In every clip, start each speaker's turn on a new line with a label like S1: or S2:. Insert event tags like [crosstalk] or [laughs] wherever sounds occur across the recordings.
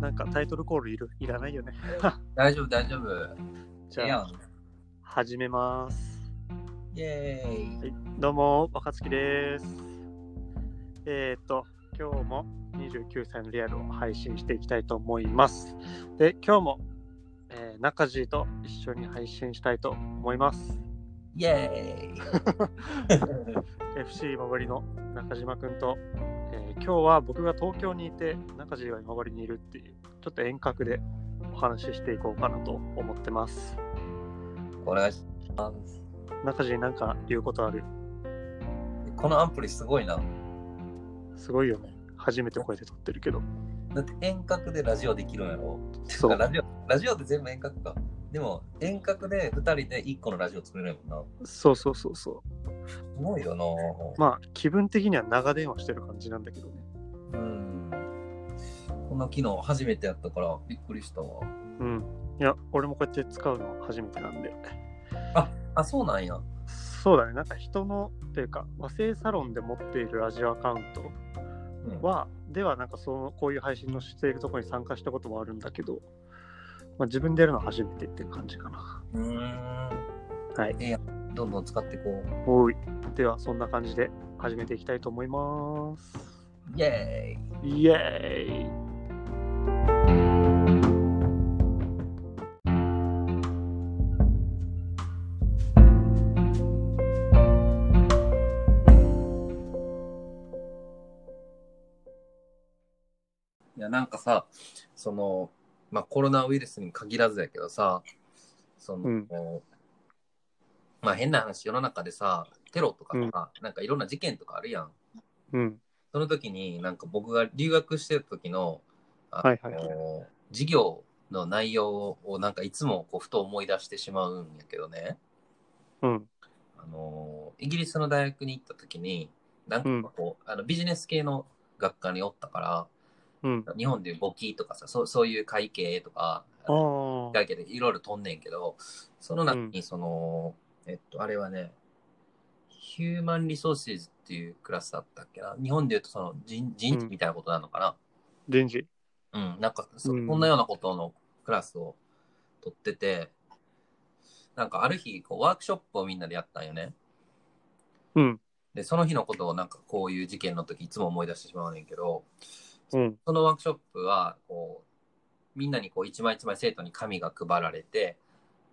S1: なんかタイトルコールいるいらないよね。
S2: 大丈夫、大丈夫。
S1: じ
S2: ええや
S1: ゃあ、
S2: ん
S1: 始めます。
S2: イェーイ。
S1: はい、どうも、若月です。えっ、と、今日も29歳のリアルを配信していきたいと思います。で、今日も、えー、中地と一緒に配信したいと思います。
S2: イェーイ。
S1: FC 今治の中島くんと、えー今日は僕が東京にいて中島は今治にいるっていうちょっと遠隔でお話ししていこうかなと思ってます
S2: お願いします。
S1: 中島なんか言うことある
S2: このアンプリすごいな。
S1: すごいよね初めて声で撮ってるけど
S2: だって遠隔でラジオできるんやろ。
S1: そう
S2: ラジオラジオって全部遠隔か。でも遠隔で2人で1個のラジオ作れるもん
S1: そうそうそうそ
S2: な。すごいよな。
S1: うまあ気分的には長電話してる感じなんだけどね
S2: うん。こんな機能初めてやったからびっくりしたわ。
S1: うんいや俺もこうやって使うの初めてなんで
S2: あ、そうなんや。
S1: そうだねなんか人のというか和製サロンで持っているラジオアカウント
S2: うん、
S1: はではなんかそのこういう配信のしているところに参加したこともあるんだけど、まあ、自分でやるのは初めてっていう感じかな。
S2: うーん。
S1: はい。
S2: ええやん。どんどん使っていこう。
S1: おい。ではそんな感じで始めていきたいと思います。
S2: イェーイ。
S1: イエーイ
S2: いや、なんかさ、その、まあ、コロナウイルスに限らずやけどさ、その、
S1: うん
S2: まあ、変な話、世の中でさ、テロとかさ、なんかいろんな事件とかあるやん。
S1: うん。
S2: その時に、なんか僕が留学してる時の、あ
S1: はいはいはい
S2: の授業の内容をなんかいつもこうふと思い出してしまうんやけどね。
S1: うん。
S2: あのイギリスの大学に行った時に、なんかこう、あのビジネス系の学科におったから、
S1: うん。
S2: 日本でいう簿記とかさそうそういう会計とか
S1: ああ。
S2: 会計でいろいろ飛んねんけどその中にその、えっとあれはねヒューマンリソーシーズっていうクラスだったっけな日本でいうとその人人事みたいなことなのか
S1: 人事。
S2: なうん、なんかそ
S1: うん
S2: こんなようなことのクラスを取っててなんかある日こうワークショップをみんなでやったんよね
S1: うん。
S2: でその日のことをなんかこういう事件の時いつも思い出してしまうねんけど、
S1: うん。
S2: そのワークショップは、こう、みんなにこう、一枚一枚生徒に紙が配られて、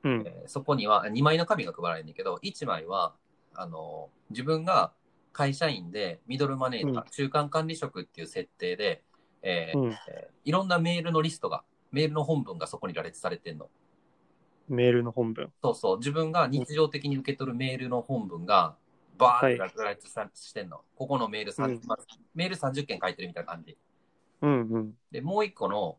S1: うん。
S2: えーそこには、2枚の紙が配られるんだけど、1枚は、あの、自分が会社員で、ミドルマネージャー、
S1: う
S2: 中間管理職っていう設定で、えー
S1: うん。
S2: えーいろんなメールのリストが、メールの本文がそこに羅列されてんの。
S1: メールの本文。
S2: そうそう、自分が日常的に受け取るメールの本文が、バーって羅列さしてんの。ここのメール30、
S1: うん
S2: まあメール30件書いてるみたいな感じ。
S1: うんうん。
S2: で、もう一個の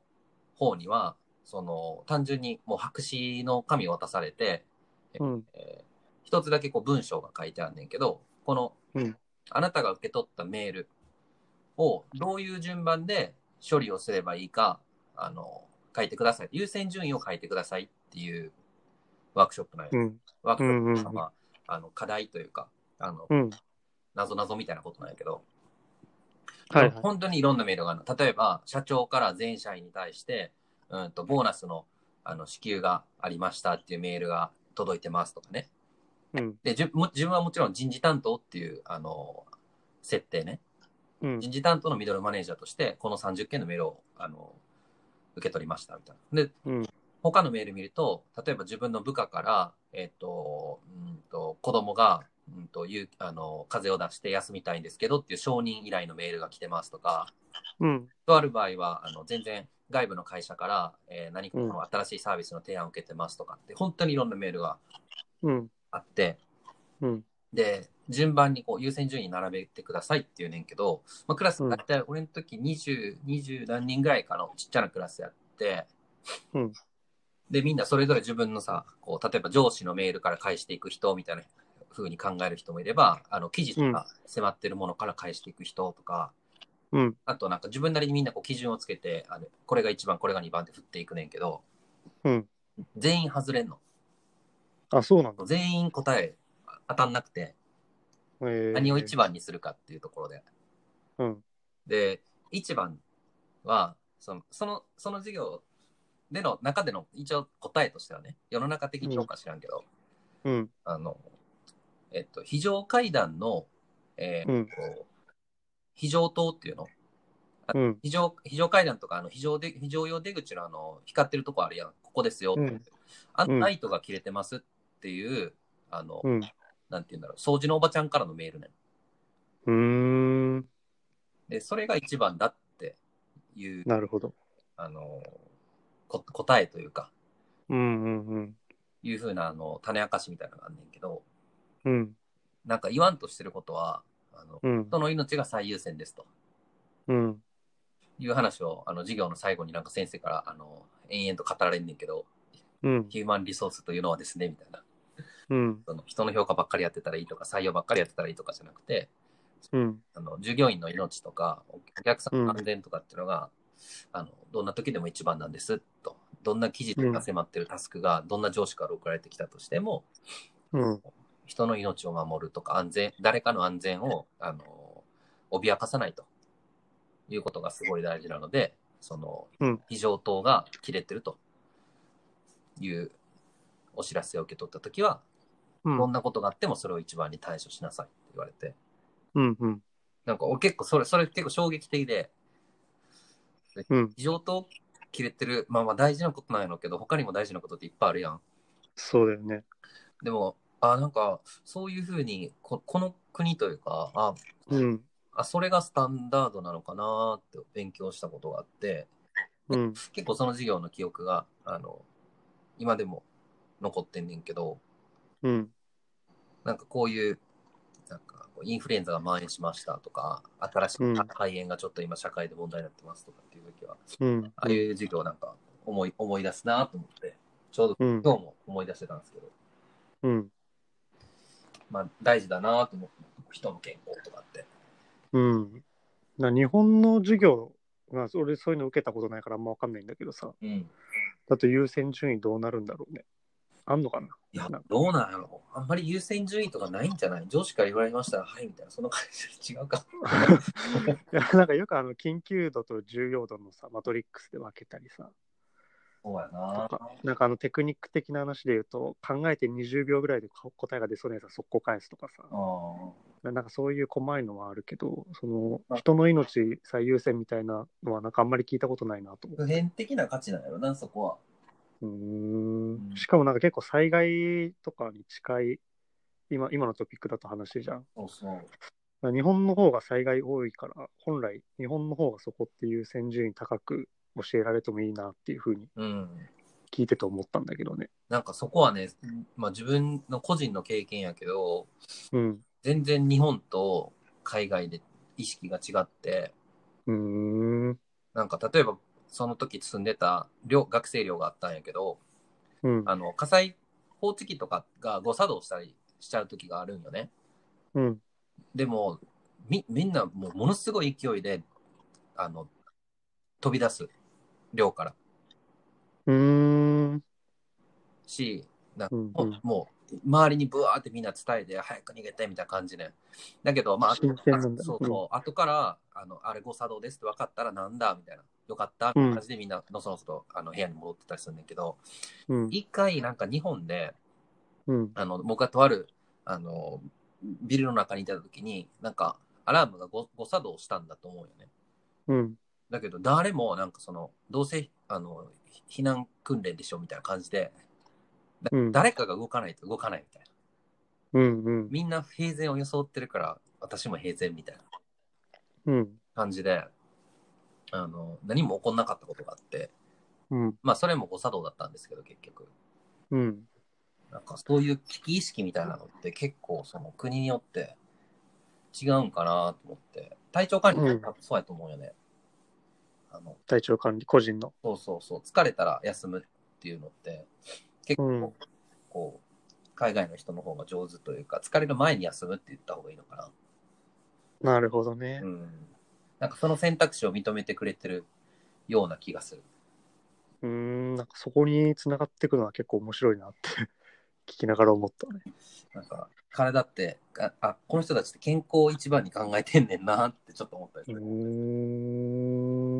S2: 方には、その、単純にもう白紙の紙を渡されて、
S1: うん。
S2: えー一つだけこう文章が書いてあんねんけど、この、
S1: うん
S2: あなたが受け取ったメールをどういう順番で処理をすればいいか、あの、書いてください。優先順位を書いてくださいっていうワークショップなんや。
S1: うん。
S2: ワークショップっていう
S1: うんうん
S2: か
S1: うん
S2: まあ、あの、課題というか、あの、
S1: うん。
S2: なぞなぞみたいなことなんやけど、
S1: はいはい。
S2: 本当にいろんなメールがあるの。例えば、社長から全社員に対して、うんと、ボーナスのあの支給がありましたっていうメールが届いてますとかね。
S1: うん。
S2: で、じゅも自分はもちろん人事担当っていう、あの、設定ね。
S1: うん。
S2: 人事担当のミドルマネージャーとして、この30件のメールを、あの、受け取りましたみたいな。で、
S1: うん
S2: 他のメール見ると、例えば自分の部下から、えっ、と、うんと、子供が、うんと、いう、あの、風邪を出して休みたいんですけどっていう承認依頼のメールが来てますとか、
S1: うん。
S2: とある場合は、あの全然外部の会社から、えー何かこの新しいサービスの提案を受けてますとかって、本当にいろんなメールが
S1: うん。
S2: あって、
S1: うん。
S2: で、順番にこう優先順位に並べてくださいっていうねんけど、まあ、クラス、
S1: うん
S2: だいたい俺の時20、20何人ぐらいかのちっちゃなクラスやって、
S1: うん
S2: で、みんなそれぞれ自分のさ、こう、例えば上司のメールから返していく人みたいな風に考える人もいれば、あの、記事とか迫ってるものから返していく人とか、
S1: うん。
S2: あとなんか自分なりにみんなこう基準をつけて、あのこれが1番、これが2番って振っていくねんけど、
S1: うん
S2: 全員外れんの。
S1: あ、そうなんだ。
S2: 全員答え当たんなくて、
S1: えー、
S2: 何を1番にするかっていうところで。
S1: うん。
S2: で、1番は、その、その、その授業での中での一応答えとしてはね、世の中的にどうか知らんけど、
S1: うん。
S2: あの、えっと、非常階段の、えー
S1: うん
S2: こう非常灯っていうの
S1: うん。
S2: 非常、非常階段とか、あの、非常で、非常用出口のあの、光ってるとこあるやん。ここですよ。
S1: うん
S2: あ
S1: う
S2: の、
S1: ん
S2: ライトが切れてますっていう、あの、
S1: うん。
S2: なんて言うんだろう、掃除のおばちゃんからのメールね。
S1: うーん。
S2: で、それが一番だっていう、
S1: なるほど。
S2: あの、こ答えというか、
S1: うんうんうん。
S2: いうふうな、あの、種明かしみたいなのがあんねんけど、
S1: うん。
S2: なんか言わんとしてることは、あの、
S1: うん。
S2: 人の命が最優先ですと
S1: うん。
S2: いう話を、あの、授業の最後になんか先生から、あの、延々と語られんねんけど、
S1: うん。
S2: ヒューマンリソースというのはですね、みたいな。
S1: うん。
S2: その人の評価ばっかりやってたらいいとか、採用ばっかりやってたらいいとかじゃなくて、
S1: うん。
S2: あの従業員の命とか、お客さん
S1: うん
S2: の安全とかっていうのが、あのどんな時でも一番なんですと、どんな記事とか迫ってるタスクが、どんな上司から送られてきたとしても、
S1: うん。
S2: 人の命を守るとか、安全、誰かの安全を、あの、脅かさないということがすごい大事なので、その
S1: うん、
S2: 非常灯が切れてるというお知らせを受け取った時は、
S1: うん
S2: どんなことがあってもそれを一番に対処しなさいって言われて、
S1: うん。うん。
S2: なんか俺結構それ、それ結構衝撃的で、
S1: うん。
S2: 非常灯切れてる、まあまあ大事なことなんやろうけど、他にも大事なことっていっぱいあるやん。
S1: そうだよね。
S2: でも、あなんか、そういうふうにこ、この国というか、あ
S1: うん。
S2: あ、それがスタンダードなのかなーって勉強したことがあって、
S1: うん。
S2: 結構その授業の記憶が、あの、今でも残ってんねんけど、
S1: うん。
S2: なんかこういう、なんかこうインフルエンザが蔓延しましたとか、新し
S1: う
S2: い
S1: ん
S2: 肺炎がちょっと今社会で問題になってますとかっていう時は、
S1: うん。
S2: ああいう授業なんか思い思い出すなと思って、ちょうど
S1: うん。
S2: 今日も思い出してたんですけど、
S1: うん。
S2: まあ大事だなと思って、人の健康とかって。
S1: うん。な日本の授業、まあ、俺そういうの受けたことないからあんまわかんないんだけどさ。
S2: うん。
S1: だって優先順位どうなるんだろうね。あんのかない [laughs]
S2: や
S1: なんか、
S2: どうなんやろうあんまり優先順位とかないんじゃない上司から言われましたら、はい、みたいな、その感じで違うか。
S1: いやなんかよくあの緊急度と重要度のさ、マトリックスで分けたりさ、
S2: そうや
S1: と
S2: な
S1: か、なんかあのテクニック的な話で言うと、考えて20秒ぐらいで答えが出そうなやつは速攻返すとかさ、
S2: うん。
S1: なんかそういう細いのはあるけど、その
S2: あ
S1: 人の命最優先みたいなのはなんかあんまり聞いたことないなと思
S2: 普遍的な価値なんやろな、そこは。
S1: う。うー
S2: うんん
S1: しかもなんか結構災害とかに近い、今今のトピックだと話じゃん。
S2: そうそう。
S1: 日本の方が災害多いから、本来日本の方がそこっていう先順位高く教えられてもいいなっていうふうに
S2: うん。
S1: 聞いてて思ったんだけどね。
S2: なんかそこはね、まあ自分の個人の経験やけど、
S1: うん。
S2: 全然日本と海外で意識が違って、
S1: うーん。
S2: なんか例えばその時住んでた寮学生寮があったんやけど、
S1: うん。
S2: あの火災報知器とかが誤作動したりしちゃう時があるんよね。
S1: うん。
S2: でも、み、みんなもうものすごい勢いで、あの、飛び出す寮から。
S1: うーん。
S2: し、なんか
S1: うん
S2: もう,、
S1: うん
S2: もう周りにブワーってみんな伝えて、早く逃げてみたいな感じね。だけど、まあ、
S1: 新鮮なんだ
S2: あそうそう、後から、あの、あれ誤作動ですって分かったらなんだみたいな。よかったみたいな感じでみんなのそのそとあの部屋に戻ってたりするんだけど、
S1: うん。
S2: 一回なんか日本で、
S1: うん。
S2: あの、僕がとある、あの、ビルの中にいた時に、なんか、アラームが誤誤作動したんだと思うよね。
S1: うん。
S2: だけど、誰も、なんかその、どうせ、あの、避難訓練でしょみたいな感じで、だ
S1: うん
S2: 誰かが動かないと動かないみたいな。
S1: うん。うん。
S2: みんな平然を装ってるから、私も平然みたいな
S1: うん。
S2: 感じで、あの、何も起こんなかったことがあって、
S1: うん。
S2: まあ、それも誤作動だったんですけど、結局。
S1: うん。
S2: なんか、そういう危機意識みたいなのって、結構、その、国によって違うんかなと思って、体調管理って多分そうやと思うよね。あの、
S1: 体調管理、個人の。
S2: そうそうそう、疲れたら休むっていうのって、結構、
S1: うん
S2: こう、海外の人の方が上手というか、疲れる前に休むって言った方がいいのか
S1: なるほどね
S2: な。う。ん。なんかその選択肢を認めてくれてるような気がする。
S1: うーん。なんかそこに繋がっていくのは結構面白いなって [laughs] 聞きながら思ったね。
S2: なんか、体って、あ、あこの人たちって健康を一番に考えてんねんなってちょっと思ったりす
S1: う
S2: る。
S1: ー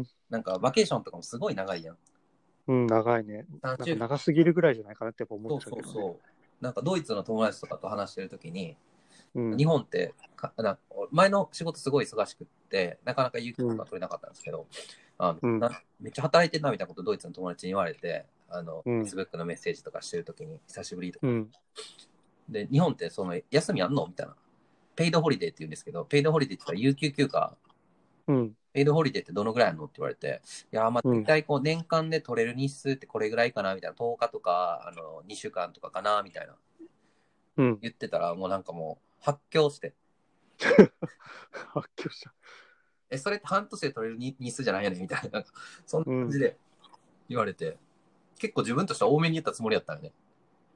S1: ん。
S2: なんかバケーションとかもすごい長いやん。
S1: うん、長いね。なんか
S2: 30
S1: 長すぎるぐらいじゃないかなってやっぱ
S2: そ
S1: 思っ
S2: う
S1: てた
S2: そ
S1: け
S2: う
S1: ど、ね。
S2: そう。なんかドイツの友達とかと話してるときに、
S1: うん
S2: 日本ってかな前の仕事すごい忙しくってなかなか有給とか取れなかったんですけど、あの
S1: うん
S2: なめっちゃ働いてんなみたいなことドイツの友達に言われてあの、
S1: うん
S2: Facebook のメッセージとかしてるときに久しぶりとか、
S1: うん。
S2: で日本ってその休みあんのみたいなペイドホリデーって言うんですけどペイドホリデーって言ったら有給休暇
S1: うん。
S2: ペイドホリデーってどのぐらいあるのって言われて、いやー、まあ、
S1: うん
S2: 大体こう年間で取れる日数ってこれぐらいかな、みたいな、10日とか、あの、2週間とかかな、みたいな、
S1: うん。 [laughs]
S2: 言ってたら、もうなんかもう、発狂して、
S1: 発狂した。
S2: え、それって半年で取れる日日数じゃないよね、みたいな、なんかそんな感じで言われて、結構自分としては多めに言ったつもりやったよね。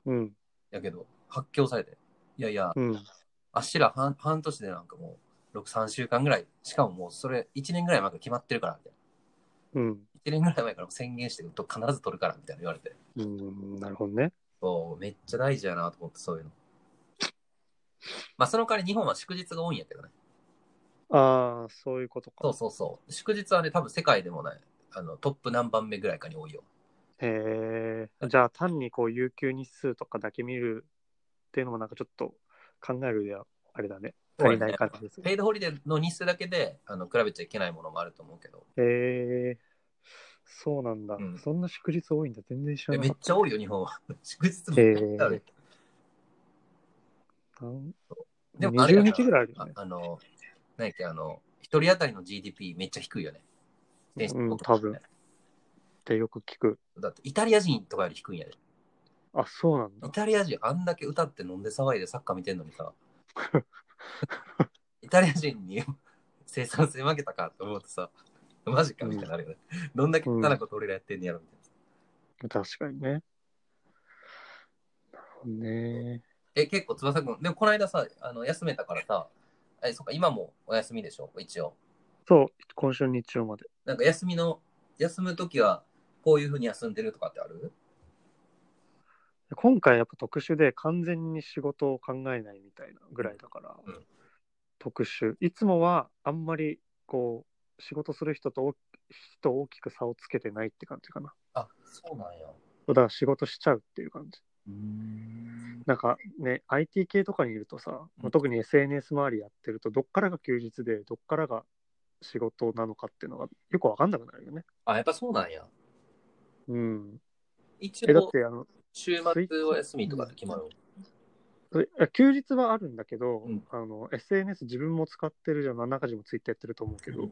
S1: うん。
S2: やけど、発狂されて、いやいや、
S1: うん。
S2: あっしら半半年でなんかもう、6、3週間ぐらい、しかももうそれ1年ぐらい前から決まってるから、みたいな。
S1: うん。
S2: 1年ぐらい前から宣言して、と必ず取るから、みたいな言われて。
S1: うん。なるほどね。
S2: そう、めっちゃ大事やなと思って、そういうの。まあ、その代わり日本は祝日が多いんやけどね。
S1: ああ、そういうこと
S2: そ
S1: か
S2: う。そうそう。祝日はね、多分世界でもない、あの、トップ何番目ぐらいかに多いよ。
S1: へえ。じゃあ単にこう、有給日数とかだけ見るっていうのもなんかちょっと考えるではあれだね。足りない感じですね。
S2: ペイドホリデーの日数だけで、あの、比べちゃいけないものもあると思うけど。
S1: へえ。そうなんだ、
S2: うん
S1: そんな祝日多いんだ。全然知ら
S2: え
S1: な
S2: め
S1: か
S2: っ
S1: っ
S2: ちゃ多いよ、日本は。 [laughs] 祝日も
S1: へ
S2: め
S1: え
S2: っちゃある。
S1: た。なん
S2: でもあれや
S1: 20
S2: な
S1: 日ぐらいあるよ
S2: あ
S1: ね。
S2: あの、何やっけ、あの、一人当たりの GDP めっちゃ低いよね。
S1: うん多分ってよく聞く。
S2: だって、イタリア人とかより低いんやで。
S1: あ、そうなんだ
S2: イ。タリア人あんだけ歌って飲んで騒いでサッカー見てんの
S1: [laughs]
S2: にさ、イタリア人に生産性負けたかって思うとさ、マジかみたいになるよね。どんだけ下手なこと俺らやってんねやろみたい
S1: 確かにね。なるほどね。
S2: な。え、結構翼くん、でもこの間さ、あの休めたからさ、え、そっか、今もお休みでしょ、一応。
S1: そう、今週の日曜まで。
S2: なんか休みの、休むときはこういうふうに休んでるとかってある
S1: 今回やっぱ特殊で完全に仕事を考えないみたいなぐらいだから、
S2: うん
S1: 特殊。いつもはあんまりこう、仕事する人と大き人を大きく差をつけてないって感じかな。
S2: あ、そうなんや。
S1: だから仕事しちゃうっていう感じ。
S2: うん。
S1: なんかね、IT 系とかにいるとさ、
S2: うん
S1: 特に SNS 周りやってると、どっからが休日で、どっからが仕事なのかっていうのがよくわかんなくなるよね。
S2: あ、やっぱそうなんや。
S1: うん。
S2: 一
S1: え、だっ
S2: 応、
S1: て、あの、
S2: 週末お休みとかって決まるの
S1: それあ休日はあるんだけど、
S2: うん
S1: あの SNS 自分も使ってるじゃん中地もツイッターやってると思うけど、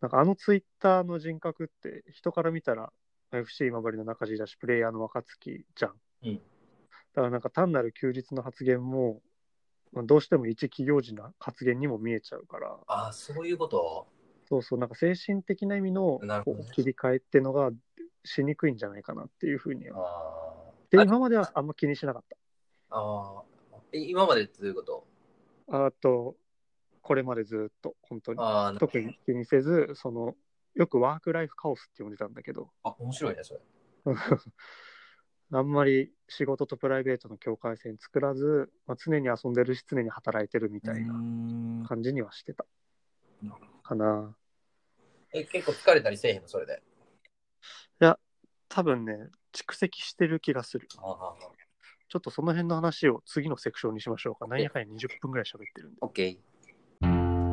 S1: なんかあのツイッターの人格って人から見たら FC 今治の中地だしプレイヤーの若月じゃん、
S2: うん
S1: だからなんか単なる休日の発言もまあどうしても一企業人な発言にも見えちゃうから
S2: あ、そういうこと
S1: そうそうなんか精神的な意味の
S2: なるほどね
S1: こう切り替えってのがしにくいんじゃないかなっていうふうには
S2: あ
S1: で
S2: ー
S1: 今まではあんま気にしなかった
S2: ああ。え、今までってどういうこと
S1: あとこれまでずっと本当に
S2: ああ、
S1: 特に気にせずそのよくワークライフカオスって呼んでたんだけど
S2: あ、面白いね、それ。
S1: あんまり仕事とプライベートの境界線作らず、まあ、常に遊んでるし常に働いてるみたいな
S2: な。
S1: 感じにはしてた
S2: なるほ
S1: かな
S2: え、結構疲れたりせえへんの、それで。
S1: 多分ね蓄積してる気がする
S2: ああ、
S1: ちょっとその辺の話を次のセクションにしましょうかなんやかんや20分ぐらい喋ってるんで
S2: オッケー。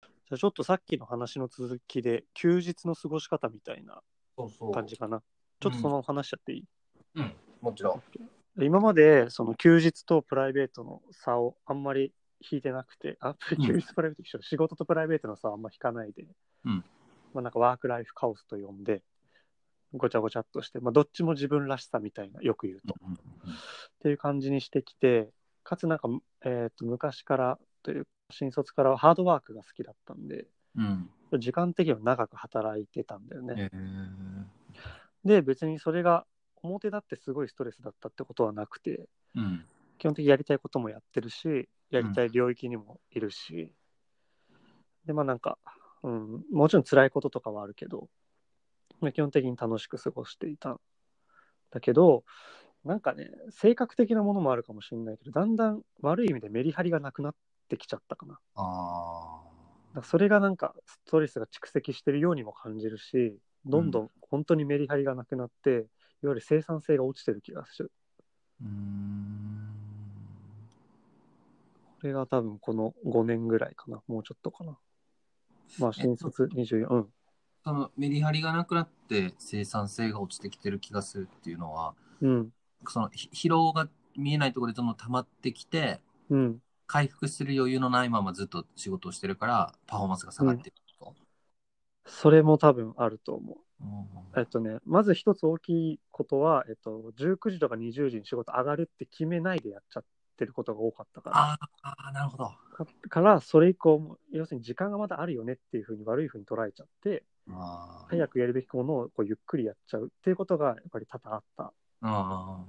S1: じゃあちょっとさっきの話の続きで休日の過ごし方みたいな
S2: そうそう。
S1: 感じかなちょっとそのまま話しちゃっていい、
S2: うん、もちろん。
S1: 今までその休日とプライベートの差をあんまり引いてなくて、あ、
S2: ん
S1: 休日とプライベート一緒、仕事とプライベートの差はあんま引かないで、
S2: うん
S1: まあなんかワークライフカオスと呼んで、ごちゃごちゃっとして、まあどっちも自分らしさみたいな、よく言うと。っていう感じにしてきて、かつなんか、えっと昔からという新卒からはハードワークが好きだったんで、
S2: うん。
S1: 時間的には長く働いてたんだよね。
S2: え
S1: で、別にそれが表立ってすごいストレスだったってことはなくて、
S2: うん。
S1: 基本的にやりたいこともやってるし、やりたい領域にもいるし、で、まあなんか、うん、もちろん辛いこととかはあるけど、まあ、基本的に楽しく過ごしていたんだけど、なんかね、性格的なものもあるかもしれないけど、だんだん悪い意味でメリハリがなくなってきちゃったかな。だか
S2: あ
S1: らそれがなんかストレスが蓄積してるようにも感じるし、どんどん本当にメリハリがなくなって、いわゆる生産性が落ちてる気がする。
S2: ーうーん
S1: これが多分この5年ぐらいかな。もうちょっとかな。まあ、新卒24、うん。
S2: そのメリハリがなくなって生産性が落ちてきてる気がするっていうのは
S1: うん。
S2: そのひ疲労が見えないところでどんどん溜まってきて
S1: うん。
S2: 回復する余裕のないままずっと仕事をしてるからパフォーマンスが下がってると、
S1: それも多分あると思う。
S2: うん
S1: えっとね、まず一つ大きいことは、えっと、19時とか20時に仕事上がるって決めないでやっちゃってることが多かったから。
S2: あーあーなるほど
S1: かから、それ以降も、要するに時間がまだあるよねっていうふうに悪いふうに捉えちゃって、
S2: あー
S1: 早くやるべきものをこうゆっくりやっちゃうっていうことがやっぱり多々あった。
S2: あ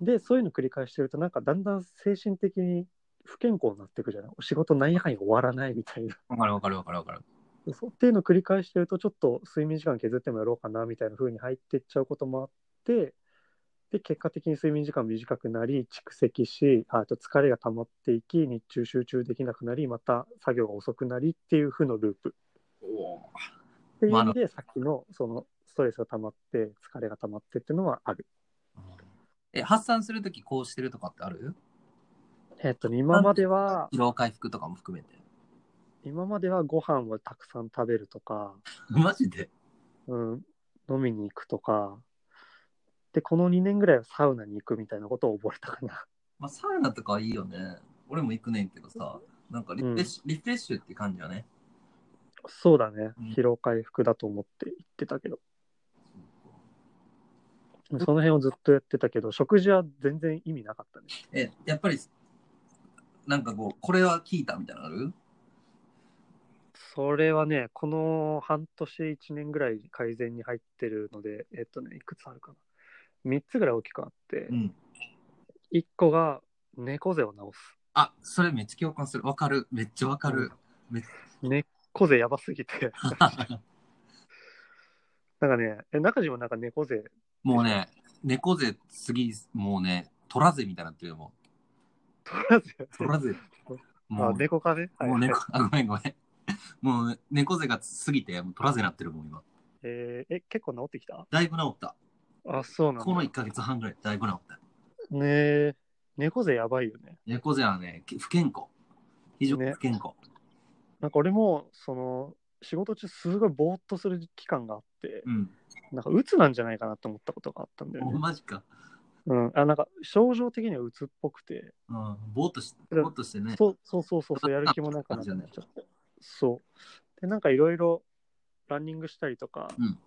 S1: で、そういうの繰り返してると、なんかだんだん精神的に不健康になっていくじゃないお仕事ない範囲が終わらないみたいな。 [laughs]
S2: ーわかるわかるわかるわかる
S1: そうっていうのを繰り返してると、ちょっと睡眠時間削ってもやろうかなみたいな風に入っていっちゃうこともあって、で、結果的に睡眠時間短くなり、蓄積し、ああと疲れが溜まっていき、日中集中できなくなり、また作業が遅くなりっていう風のループ。っていう意味で、さっきのそのストレスが溜まって、疲れが溜まってっていうのはある。
S2: え発散するときこうしてるとかってある
S1: えっとね、今までは、
S2: 疲労回復とかも含めて [laughs]
S1: 今まではご飯をたくさん食べるとか、
S2: マジで
S1: うん、飲みに行くとか、で、この2年ぐらいはサウナに行くみたいなことを覚えたかな。 [laughs]
S2: まあ、サウナとかはいいよね。俺も行くねんけどさ、なんかリフレッシュ,、リフレッシュって感じよね。
S1: そうだね
S2: うん。
S1: 疲労回復だと思って行ってたけど。その辺をずっとやってたけど、食事は全然意味なかったね。
S2: え、やっぱり、なんかこう、これは聞いたみたいなのある
S1: それはね、この半年、1年ぐらい改善に入ってるので、えっとね、いくつあるかな。3つぐらい大きくあって、
S2: ん。
S1: 1個が猫背を治す。
S2: あ、それめっちゃ共感する。わかる。めっちゃわかる。
S1: 猫背やばすぎて。なんかね、え中島もなんか猫背、
S2: [laughs] もうね、猫背次、もうね、取らぜみたいになってるよ、も
S1: [laughs] 取らず。
S2: う。取らぜ。も
S1: あ
S2: う、、
S1: 猫かね。
S2: もう
S1: はい
S2: 猫、あ、ごめんごめん。もうね、猫背が過ぎて、もう取らぜになってるもん、今。
S1: えーえ、結構治ってきた
S2: だいぶ治った。
S1: あ、そうなん
S2: こ
S1: だ。
S2: の1ヶ月半ぐらい、だいぶ治った。
S1: ねえ、猫背やばいよね。
S2: 猫背はね、け不健康。非常に
S1: ね
S2: 不健康。
S1: なんか俺も、その、仕事中すごいぼーっとする期間があって、
S2: うん。
S1: なんか鬱なんじゃないかなって思ったことがあったんだよね。
S2: マジか。
S1: うん、あなんか症状的には鬱っぽくて、
S2: うん。ぼーっとし
S1: うん
S2: ぼーっとしてね。
S1: そうそうそうそうそう、やる気もなくなっちゃって。そう。で、なんかいろいろランニングしたりとか
S2: うん、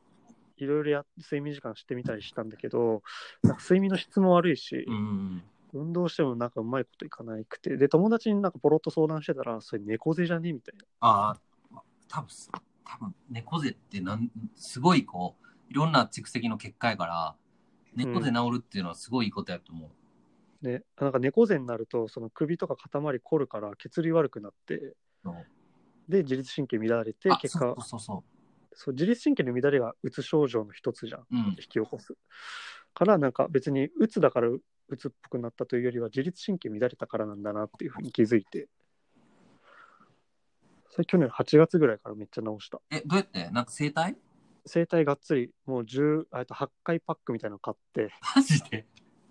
S1: いろいろや睡眠時間してみたりしたんだけど、なんか睡眠の質も悪いし、
S2: うんうん
S1: 運動してもなんかうまいこといかないくて、で、友達になんかポロッと相談してたら、それ猫背じゃねみたいな。
S2: ああ、多分多分猫背ってなん、すごいこう、いろんな蓄積の結果やから、猫背治るっていうのはすごいいいことやと思う。
S1: ね、なんか猫背になると、その首とか塊凝るから血流悪くなって、
S2: そう
S1: で、自律神経乱れて
S2: あ、
S1: 結果
S2: そう、そうそ
S1: そう自律神経の乱れがうつ症状の一つじゃん。
S2: う。うん
S1: 引き。起こす。から、なんか別にうつだからうつっぽくなったというよりは、自律神経乱れたからなんだなっていうふうに気づいて、それ去年8月ぐらいからめっちゃ治した。
S2: え、どうやってなんか整体 [laughs]
S1: 整体がっつり、もう10、あえっと8回パックみたいなの買って、
S2: マジで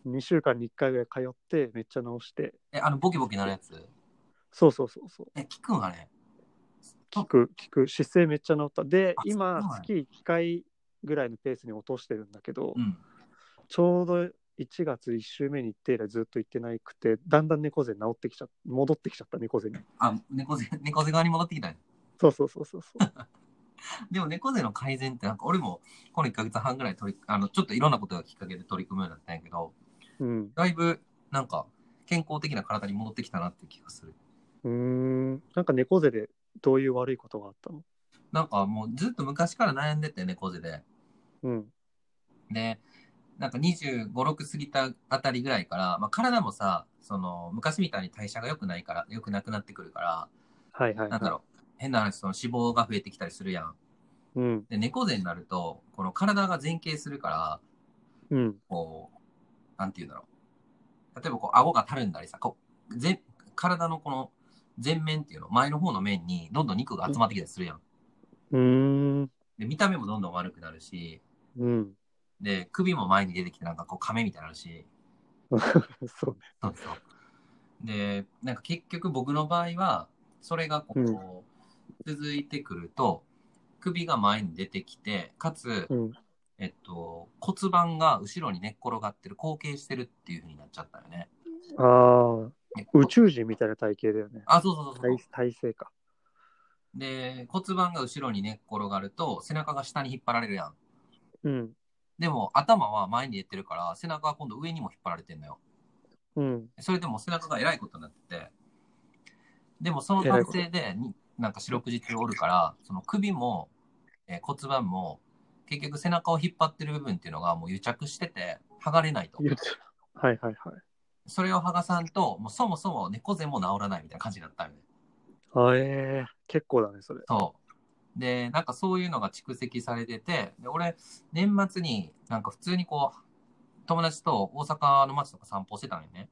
S1: 2週間に1回ぐらい通って、めっちゃ治して、
S2: え、あの、ボキボキなるやつ
S1: そうそうそうそう。
S2: え、聞くんあれ。
S1: 効く、効く、姿勢めっちゃ治った。で
S2: あ、
S1: 今
S2: そうなん、や
S1: 月1回ぐらいのペースに落としてるんだけど、
S2: うん。
S1: ちょうど1月1週目に行って以来ずっと行ってないくて、だんだん猫背治ってきちゃった、戻ってきちゃった猫背に。
S2: あ、猫背、猫背側に戻ってきたね
S1: そうそうそうそうそう。
S2: でも猫背の改善って、なんか俺もこの1ヶ月半ぐらい取り、あの、ちょっといろんなことがきっかけで取り組むようになったんやけど、 [laughs]
S1: うん。
S2: だいぶなんか健康的な体に戻ってきたなって気がする。
S1: うーん。なんか猫背でどういう悪いことがあったの
S2: なんかもうずっと昔から悩んでて猫背で。
S1: うん。
S2: で、なんか25、6過ぎたあたりぐらいから、まあ、体もさ、その昔みたいに代謝が良くないから、良くなくなってくるか
S1: はいはいは
S2: ら、なんだ
S1: い。
S2: ろう、変な話、その脂肪が増えてきたりするやん。
S1: うん。
S2: で、猫背になると、この体が前傾するから、
S1: うん。
S2: こう、なんて言うんだろう。例えばこう、顎がたるんだりさ、こう、ぜ体のこの前面っていうの、前の方の面にどんどん肉が集まってきたりするやん。
S1: うーん。
S2: で、見た目もどんどん悪くなるし、
S1: うん。 [laughs]
S2: で、首も前に出てきてなんかこう、亀みたいになるし、
S1: そうね。
S2: そうそう。で、なんか結局僕の場合は、それがこう、続いてくると、首が前に出てきて、かつ、
S1: うん。
S2: えっと、骨盤が後ろに寝っ転がってる、後傾してるっていう風になっちゃったよね。
S1: ああ、
S2: で
S1: 宇宙人みたいな体型だよね。
S2: あ、そうそうそうそう
S1: 体。体勢か。
S2: で、骨盤が後ろに寝っ転がると、背中が下に引っ張られるやん。
S1: うん。
S2: でも、頭は前に出てるから、背中は今度上にも引っ張られてんのよ。
S1: うん。
S2: それでもう背中がえらいことになってて。でも、その男性で、になんか四六時中おるから、その首も、えー骨盤も、結局背中を引っ張ってる部分っていうのがもう癒着してて、剥がれないと。
S1: 言ってはいはいはい。
S2: それを剥がさんと、もうそもそも猫背も治らないみたいな感じになったよね。
S1: あえー、結構だね、それ。
S2: そう。で、なんかそういうのが蓄積されてて、で俺、年末になんか普通にこう、友達と大阪の街とか散歩してたんよね。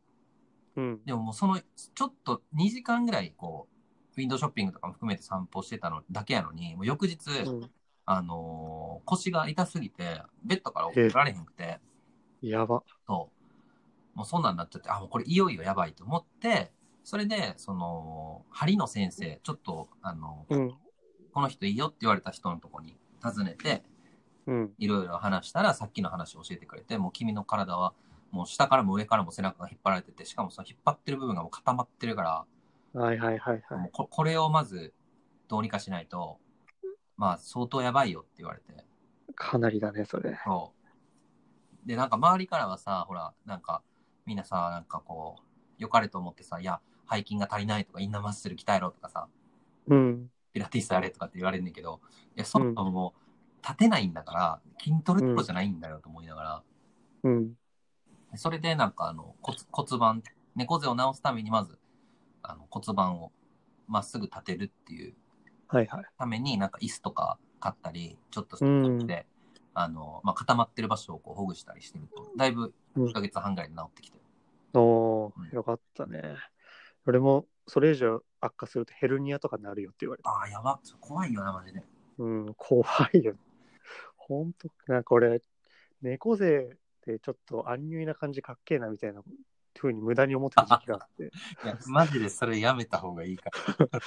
S1: うん。
S2: でももうその、ちょっと2時間ぐらいこう、ウィンドウショッピングとかも含めて散歩してたのだけやのに、もう翌日、
S1: うん、
S2: あのー腰が痛すぎて、ベッドから起きられへんくて、
S1: やば。
S2: そう。もうそんなんなっちゃって、あ、もうこれいよいよやばいと思って、それで、その、針の先生、ちょっと、あの、
S1: うん。
S2: この人いいよって言われた人のとこに訪ねて、
S1: うん。
S2: いろいろ話したら、さっきの話を教えてくれて、もう君の体は、もう下からも上からも背中が引っ張られてて、しかもその引っ張ってる部分がもう固まってるから、
S1: はいはいはいは
S2: も
S1: い。
S2: うここれをまずどうにかしないと、まあ相当やばいよって言われて、
S1: かなりだね、それ。
S2: そう。で、なんか周りからはさ、ほら、なんか、みんなさ、なんかこう、良かれと思ってさ、いや、背筋が足りないとか、インナーマッスル鍛えろとかさ、
S1: うん。
S2: ピラティスやれとかって言われるんだけど、いや、そもそももう立てないんだから、筋トレどころじゃないんだよと思いながら、
S1: うん。
S2: でそれでなんかあの骨骨盤、猫背を治すためにまずあの骨盤をまっすぐ立てるっていう
S1: はいはい。
S2: ためになんか椅子とか買ったり、ちょっとして、
S1: うん
S2: あの、まあ、固まってる場所をこうほぐしたりしてると、だいぶ
S1: うん
S2: 1ヶ月半ぐらいで治ってきて。
S1: お
S2: うん
S1: ー、よかったね。俺も、それ以上悪化するとヘルニアとかになるよって言われた。
S2: ああ、やば。ちょ怖いよな、マジで。
S1: うん、怖いよ。ほんと、なんか俺、猫背ってちょっと安入な感じかっけえなみたいなふうに無駄に思ってた時期があって。
S2: いや、マジでそれやめた方がいいから。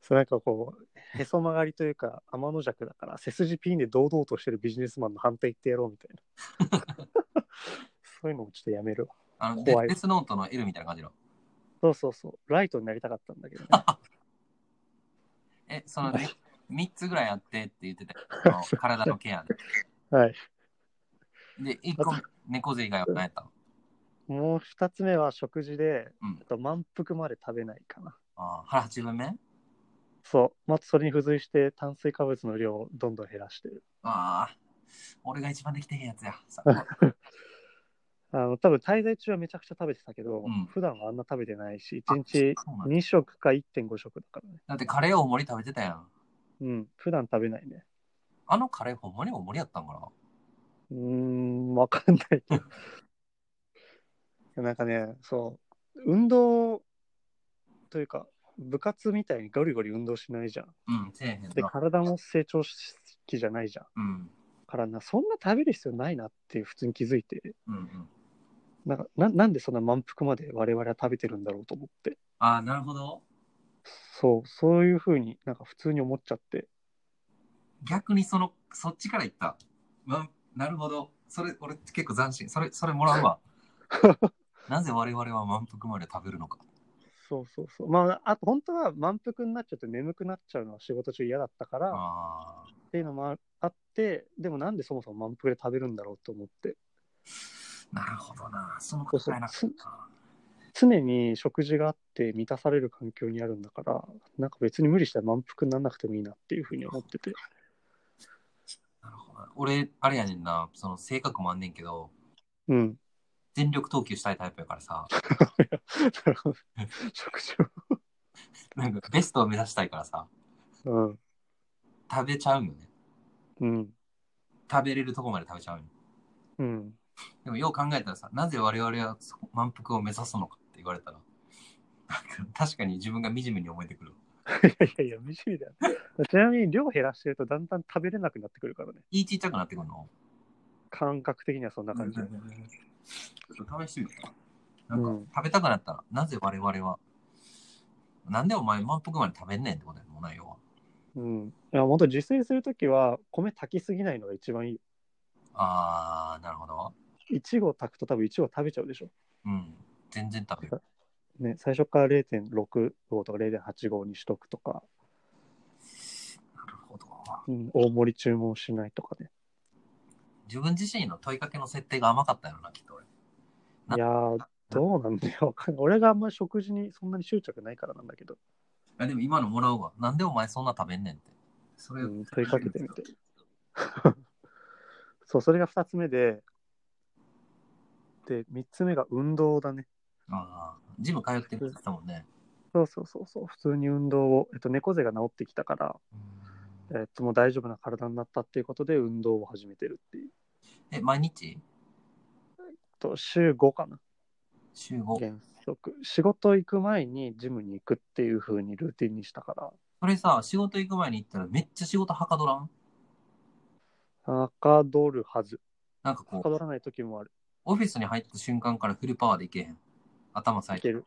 S1: そうなんかこうへそ曲がりというか天の弱だから背筋ピンで堂々としてるビジネスマンの反対言ってやろうみたいな [laughs] そういうのもちょっとやめるわ
S2: あの、デ
S1: 怖い
S2: デスノートの L みたいな感じの。
S1: そうそうそうライトになりたかったんだ [laughs] けどね
S2: え、その、3つぐらいやってって言って [laughs] たけど、体のケアで。
S1: はい
S2: で、1個、猫背以外は何やったの
S1: もう2つ目は食事で、
S2: うん
S1: あと満腹まで食べないかな
S2: あー腹八分目
S1: そうまずそれに付随して炭水化物の量をどんどん減らしてる
S2: ああ、俺が一番できてへんやつや。さ
S1: あの多分滞在中はめちゃくちゃ食べてたけど、
S2: うん
S1: 普段はあんな食べてないし1日
S2: そうなんだ
S1: 2食か1.5食だからね
S2: だってカレー大盛り食べてたやん。
S1: うん普段食べないね
S2: あのカレーほんまに大盛りやったんかな
S1: うーん、わかんないけど。なんかね、そう、運動というか、部活みたいにゴリゴリ運動しないじゃん。
S2: うん、せえへん
S1: で、
S2: な。
S1: 体も成長期じゃないじゃん。
S2: うん、
S1: からな、そんな食べる必要ないなって普通に気づいて、
S2: うん、うん。
S1: なんかななんでそんな満腹まで我々は食べてるんだろうと思って、
S2: ああ、なるほど。
S1: そう、そういうふうになんか普通に思っちゃって、
S2: 逆にその、そっちから行った。ま、なるほど。それ、俺結構斬新。それ、それもら
S1: [laughs]
S2: うわ。なぜ我々は満腹まで食べるのか。
S1: そうそうそう。まあ、あと本当は満腹になっちゃって眠くなっちゃうのは仕事中嫌だったから、
S2: ああ。
S1: っていうのもああってでもなんでそもそも満腹で食べるんだろうと思って
S2: なるほどな。その
S1: そ
S2: 考
S1: うそう
S2: えなか
S1: つ
S2: ったな。
S1: 常に食事があって満たされる環境にあるんだからなんか別に無理して満腹にならなくてもいいなっていうふうに思ってて
S2: なるほどな。俺、あれやねんな。その性格もあんねんけど、
S1: うん [laughs]
S2: 全力投球したいタイプやからさ、
S1: なるほど食事
S2: なんかベストを目指したいからさ、
S1: を
S2: 食べちゃうんよね。
S1: うんうん
S2: 食べれるとこまで食べちゃうんよ。
S1: うん
S2: でもよう考えたらさ、なぜ我々はそ満腹を目指すのかって言われたら、なんか確かに自分が惨めに思えてくる。
S1: いやいや、無視だよ。ちなみに量減らしてるとだんだん食べれなくなってくるからね。
S2: いちっちゃくなってくるの
S1: 感覚的にはそんな感じ。
S2: ちょっと試してみようかな。なんか食べたくなったら、なぜ我々は、なんでお前満腹まで食べんねんってことやもんな、要は。
S1: うん。いや、本当自炊するときは、米炊きすぎないのが一番いいよ。
S2: あー、なるほど。
S1: いちご炊くと多分いちご食べちゃうでしょ。
S2: うん。全然食べる。
S1: ね、最初から0.65とか0.85にしとくとか、
S2: なるほど。
S1: うん、大盛り注文しないとかね。
S2: 自分自身の問いかけの設定が甘かったよな、きっと俺。ない
S1: やー、どうなんだよ。わかんない俺があんまり食事にそんなに執着ないからなんだけど、
S2: あでも今のもらうわ。なんでお前そんな食べんねんって。それ
S1: うん問いかけてみて。 [laughs] そう、それが2つ目で、で、3つ目が運動だね。
S2: ああ、ジム通ってるって言ってたもんね。
S1: そうそうそうそう、普通に運動を、えっと、猫背が治ってきたから、えっと、もう大丈夫な体になったっていうことで運動を始めてるっていう。
S2: え、毎日
S1: と、週5かな。
S2: 週5。
S1: 原則仕事行く前にジムに行くっていう風にルーティンにしたから
S2: それさ、仕事行く前に行ったらめっちゃ仕事はかどらん
S1: はかどるはず
S2: なんか
S1: は
S2: こ
S1: か
S2: う、
S1: どらない時もある
S2: オフィスに入った瞬間からフルパワーでいけへん。頭さえ。
S1: いける。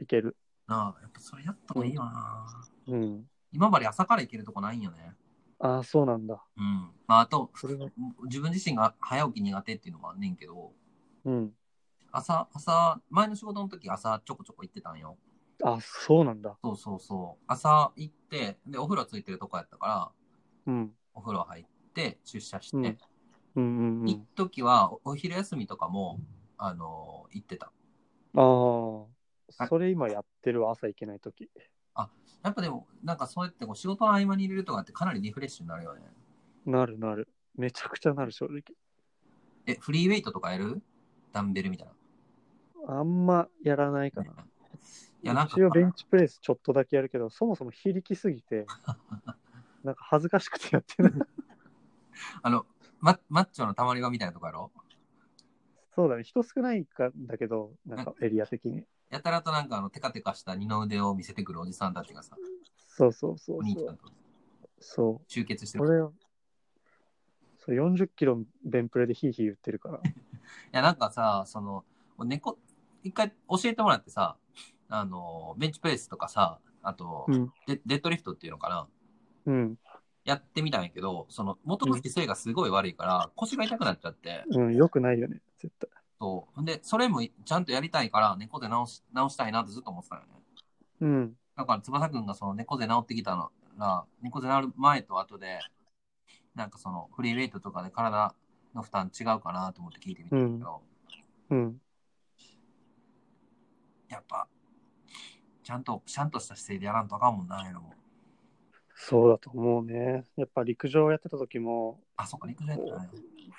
S1: いける
S2: なあ、やっぱそれやった方がいいよな。
S1: うん
S2: 今まで朝から行けるとこないんよね。
S1: ああそうなんだ
S2: うん。まあ、あと、
S1: それは
S2: 自分自身が早起き苦手っていうのもあんねんけど、
S1: うん
S2: 朝、朝、前の仕事の時朝ちょこちょこ行ってたんよ。
S1: あそうなんだ
S2: そうそうそう。朝行って、で、お風呂ついてるとこやったから、
S1: うん
S2: お風呂入って、出社して、
S1: うんうんうんう
S2: 一
S1: ん
S2: 時はおお昼休みとかも、あのー行ってた。
S1: ああ
S2: あ
S1: それ今やってるわ朝行けない時
S2: やっぱでも、なんかそうやってこう仕事の合間に入れるとかってかなりリフレッシュになるよね。
S1: なるなるめちゃくちゃなる正直
S2: え、フリーウェイトとかやるダンベルみたいな。
S1: あんまやらないかな
S2: や、なんか
S1: 一、応ベンチプレスちょっとだけやるけどそもそも非力すぎ
S2: [laughs]
S1: てなんか恥ずかしくてやってない
S2: あの、ママッチョのたまり場みたいなとこやろ
S1: そうだね、人少ないかんだけど、なんかエリア的に。
S2: やたらとなんかあの、テカテカした二の腕を見せてくるおじさんたちがさ、
S1: そうそうそ
S2: お
S1: う
S2: 兄ち
S1: そ
S2: ゃん
S1: う。
S2: と
S1: そ
S2: 集結し
S1: う。
S2: て
S1: こ
S2: る。い
S1: れを、そう40キロのベンプレでヒーヒー言ってるから。
S2: や、なんかさ、その、猫、一回教えてもらってさ、あの、ベンチプレスとかさ、あと、
S1: うん。
S2: デデッドリフトっていうのかな
S1: うん。
S2: やってみたんやけど、その、元の姿勢がすごい悪いから、腰が痛くなっちゃって、
S1: うん。よくないよね、絶対。
S2: そう。で、それもちゃんとやりたいから、猫で直し、直したいなってずっと思ってたよね。
S1: うん。
S2: だから、翼くんがその猫で治ってきたのら、猫で治る前と後で、なんかその、フリーウェイトとかで体の負担違うかなと思って聞いてみたんだけど、
S1: うん。
S2: やっぱ、ちゃんと、ちゃんとした姿勢でやらんとあかんもんな、ああいうのも。
S1: そうだと思うね。やっぱ陸上やってた時も、
S2: あ、そっか、陸上やったね。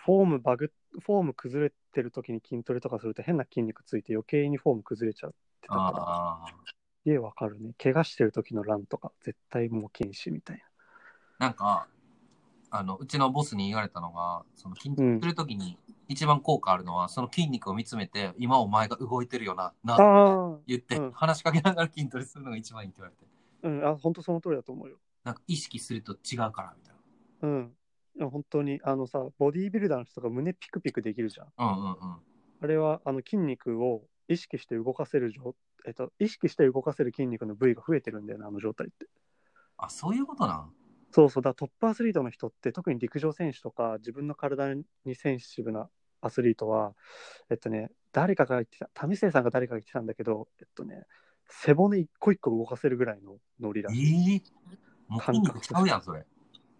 S1: フォームバグ、フォーム崩れてる時に筋トレとかすると変な筋肉ついて余計にフォーム崩れちゃってたから。
S2: ああ。
S1: すげえわかるね。怪我してる時のランとか、絶対もう禁止みたいな。
S2: なんか、あの、うちのボスに言われたのが、その筋トレするときに一番効果あるのは、その筋肉を見つめて、今お前が動いてるよな、な、って
S1: ああ。
S2: 言って、
S1: うん
S2: 話しかけながら筋トレするのが一番いいって言われて、
S1: うん。あ、本当その通りだと思うよ。
S2: なんか意識すると違うから、みたい
S1: うん。いや本当に、あのさ、ボディービルダーの人が胸ピクピクできるじゃん。
S2: な。うんうんうん。
S1: あれは、あの筋肉を意識して動かせる状、えっと、意識して動かせる筋肉の部位が増えてるんだよね、あの状態って。
S2: あ、そういうことなん
S1: そうそうだ、トップアスリートの人って、特に陸上選手とか、自分の体にセンシティブなアスリートは、えっとね、誰かが言ってた、為末さんが誰かが言ってたんだけど、えっとね、背骨一個一個動かせるぐらいのノリだ
S2: え。えもう筋肉ちゃうやん、それ。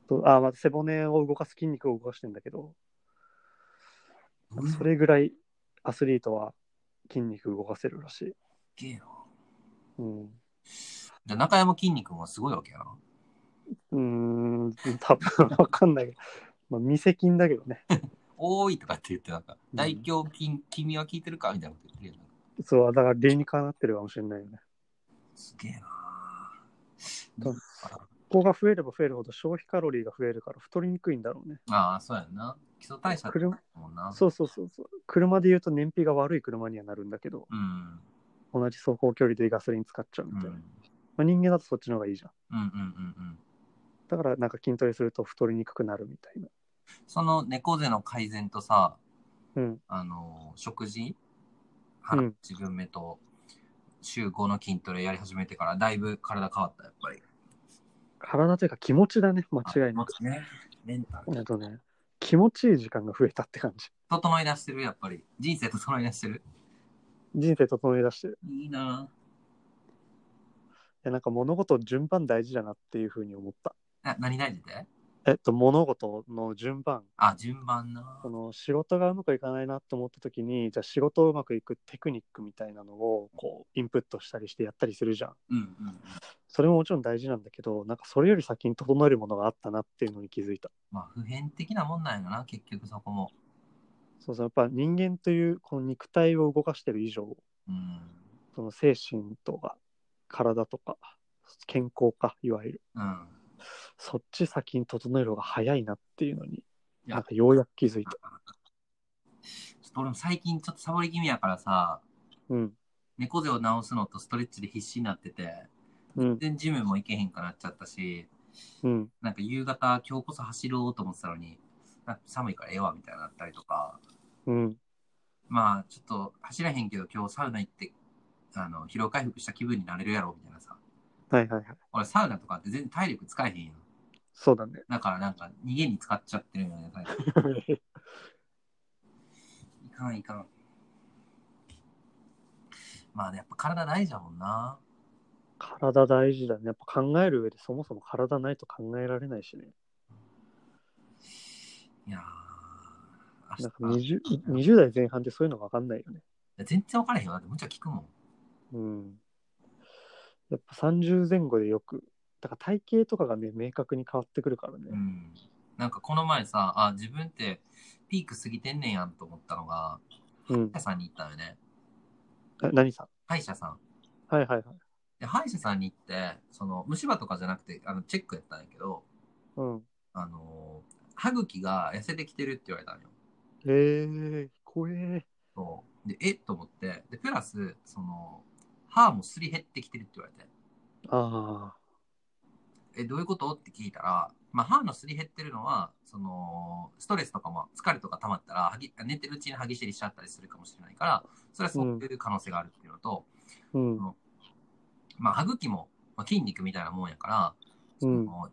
S1: とあ、まあ、背骨を動かす筋肉を動かしてんだけど、
S2: うん
S1: それぐらいアスリートは筋肉動かせるらしい。
S2: げえな。
S1: うん。
S2: じゃあ中山筋肉もすごいわけやな。
S1: うーん、多分わかんないけど、 [laughs] まあ、未成筋だけどね。
S2: 多いとかって言って、なんか、
S1: うん
S2: 大胸筋、君は効いてるかみたいなこと言ってるやん。
S1: そう、だから理にかなってるかもしれないよね。
S2: すげえな
S1: そう行が増えれば増えるほど消費カロリーが増えるから太りにくいんだろうね。
S2: ああ、そうやんな。基礎代謝ってことやもんな。
S1: そうそうそうそう。車で言うと燃費が悪い車にはなるんだけど、
S2: うん。
S1: 同じ走行距離でガソリン使っちゃうみ
S2: うん。う
S1: たい
S2: んう
S1: な。
S2: ん
S1: まあ、人間だとそっちの方がいいじゃん。
S2: うんうん。
S1: だからなんか筋トレすると太りにくくなるみたいな。
S2: その猫背の改善とさ、
S1: うん。
S2: あのー食事、
S1: うん
S2: 腹自分目と週5の筋トレやり始めてから、だいぶ体変わった、やっぱり。
S1: 体というか気持ちだね、間
S2: あ
S1: 違いなく。
S2: 気持ちね。メンタル。
S1: えっとね、気持ちいい時間が増えたって感じ。
S2: 整い出してる、やっぱり。人生整い出してる。
S1: 人生整え出してる。
S2: いいない
S1: やなんか物事順番大事だなっていうふうに思った。
S2: ぁ。な、何大事で
S1: えっと、物事の順番。
S2: あ、順番な
S1: その仕事がうまくいかないなと思った時にじゃあ仕事をうまくいくテクニックみたいなのをこうインプットしたりしてやったりするじゃん
S2: うんうん。
S1: それももちろん大事なんだけどなんかそれより先に整えるものがあったなっていうのに気づいた
S2: まあ、普遍的なもんなんやな、結局そこも。
S1: そうそうやっぱ人間というこの肉体を動かしてる以上
S2: うん。
S1: その精神とか体とか健康かいわゆる
S2: うん。
S1: そっち先に整える方が早いなっていうのに
S2: や
S1: なんかようやく気づいた
S2: ちょっと俺も最近ちょっとサボり気味やからさ、
S1: うん
S2: 猫背を治すのとストレッチで必死になってて、
S1: うん
S2: 全然ジムも行けへんくなっちゃったし、
S1: うん
S2: なんか夕方今日こそ走ろうと思ってたのに、なんか寒いからええわみたいになったりとか、
S1: うん
S2: まあちょっと走らへんけど今日サウナ行って、あの、疲労回復した気分になれるやろみたいなさ。
S1: はいはいはい
S2: 俺サウナとかって全然体力使えへんよ。
S1: そうだ [laughs] ね
S2: だからなんか逃げに使っちゃってるよね。体力いかんいかん。まあね、やっぱ体大事だもんな。
S1: 体大事だね。やっぱ考える上でそもそも体ないと考えられないしね。
S2: いやー
S1: なんか
S2: 明日
S1: 20, 20代前半でそういうのが分かんないよね。
S2: 全然分からへんよ。だってむっちゃ聞くもん。
S1: うん。やっぱ30前後でよく、だから体型とかがね、明確に変わってくるからね。
S2: うん。なんかこの前さ、あ、自分ってピーク過ぎてんねんやんと思ったのが、
S1: うん。
S2: 歯医者さんに行ったのよね。
S1: あ何さん
S2: 歯医者さん。
S1: はいはいはい。
S2: で、歯医者さんに行って、その、虫歯とかじゃなくて、あの、チェックやったんやけど、
S1: うん。
S2: あのー歯茎が痩せてきてるって言われたのよ。
S1: えー、怖え。
S2: そう。で、えっと思って、で、プラス、その、歯もすり減ってきてるって言われて、
S1: ああ。
S2: え、どういうことって聞いたら、まあ、歯のすり減ってるのは、その、ストレスとかも、疲れとか溜まったら、はぎ寝てるうちに歯ぎしりしちゃったりするかもしれないから、それはそういう可能性があるっていうのと、
S1: うん。
S2: まあ、歯茎も、まあ、筋肉みたいなもんやから、その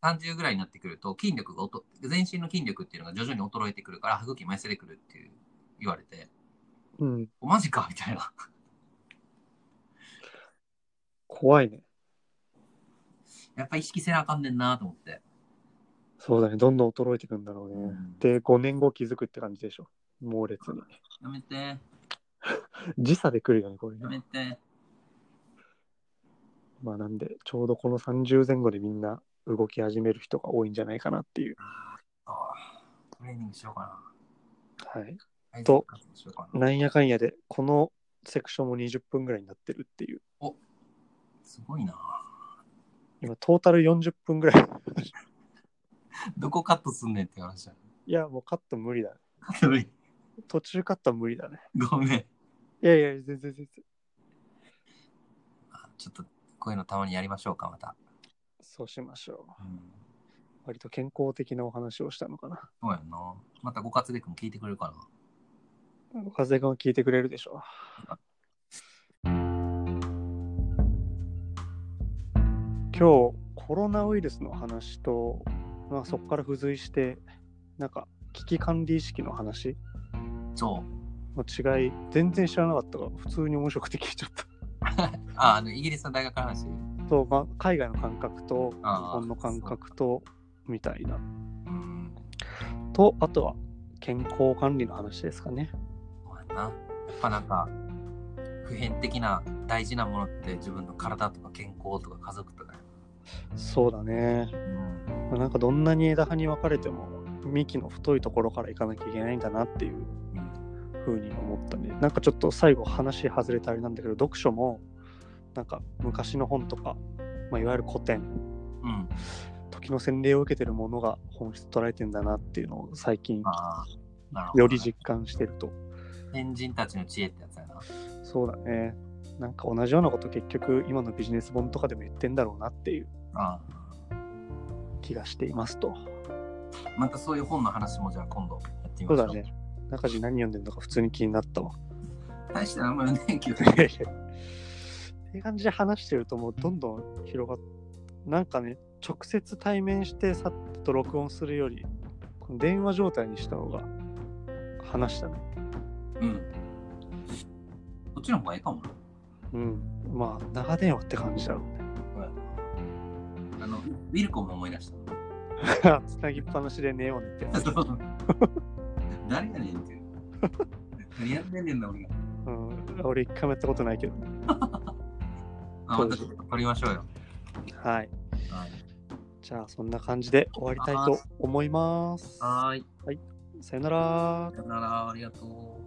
S2: 30ぐらいになってくると、筋力がおと、全身の筋力っていうのが徐々に衰えてくるから、歯茎も痩せてくるっていう、言われて、
S1: うん。
S2: おマジかみたいな。 [laughs]
S1: 怖いね。
S2: やっぱ意識せなあかんねんなと思って。
S1: そうだね。どんどん衰えてくんだろうね。
S2: うん
S1: で、5年後気づくって感じでしょ。猛烈に。
S2: やめて、や
S1: 時差で来るよね、これね。
S2: めて。
S1: まあなんで、ちょうどこの30前後でみんな動き始める人が多いんじゃないかなっていう。
S2: あートレーニングしようか
S1: はい。
S2: な。
S1: と
S2: 体力しようかな。
S1: なんやかんやで、このセクションも20分ぐらいになってるっていう。
S2: すごいな
S1: 今、トータル40分ぐらい。 [laughs]
S2: どこカットすんねんって話だ。
S1: いや、もうカット無理だね。
S2: カット無理
S1: 途中カットは無理だね。
S2: ごめん。
S1: いやいや、全然全然。
S2: あちょっと、こういうのたまにやりましょうか、また。
S1: そうしましょう。
S2: うん。
S1: 割と健康的なお話をしたのかな。
S2: そうやんな。またご活躍も聞いてくれるかな。
S1: 岡添君は聞いてくれるでしょう。今日、コロナウイルスの話と、まあ、そこから付随して、なんか、危機管理意識の話
S2: そう。
S1: の違い、全然知らなかったから、普通に面白くて聞いちゃった。
S2: あ、あの、イギリスの大学の話。
S1: そうまあ、海外の感覚と、日
S2: あー
S1: 本の感覚と、みたいな。
S2: うん。
S1: と、あとは、健康管理の話ですかね。
S2: そうやんな。やっぱなんか、普遍的な大事なものって自分の体とか健康とか家族とかや
S1: そうだね。
S2: な。うん。
S1: まあなんかどんなに枝葉に分かれても幹の太いところから行かなきゃいけないんだなっていう風に思ったね。なんかちょっと最後話外れたあれなんだけど読書もなんか昔の本とか、まあ、いわゆる古典
S2: うん。
S1: 時の洗礼を受けてるものが本質捉えてんだなっていうのを最近
S2: ああ、なるほど、
S1: より実感してると
S2: 先人たちの知恵ってやつやな。
S1: そうだねなんか同じようなこと結局今のビジネス本とかでも言ってんだろうなっていう
S2: あ
S1: 気がしていますと
S2: あ、またそういう本の話もじゃあ今度やってみ
S1: そ
S2: ま
S1: う
S2: しょう。
S1: だね中地何読んでるのか普通に気になったわ
S2: 大してあんまりね、
S1: [laughs]
S2: 記憶
S1: いやいやっていう感じで話してるともうどんどん広がっなんかね直接対面してさっと録音するよりこの電話状態にした方が話したね
S2: うん。こっちの方がいいかもな。
S1: うんまあ長電話って感じだろう
S2: あの、ウィルコも思い出した。
S1: [laughs]
S2: [laughs]
S1: つなぎっぱなしで寝ようねって。
S2: 誰やねんっていう。何やってんねんな、俺が。
S1: うん、俺一回もやったことないけど。
S2: あ、またちょっと撮りましょうよ。
S1: はい。
S2: はい。
S1: じゃあそんな感じで終わりたいと思います。
S2: はーい。
S1: さよなら。
S2: さよなら、ありがとう。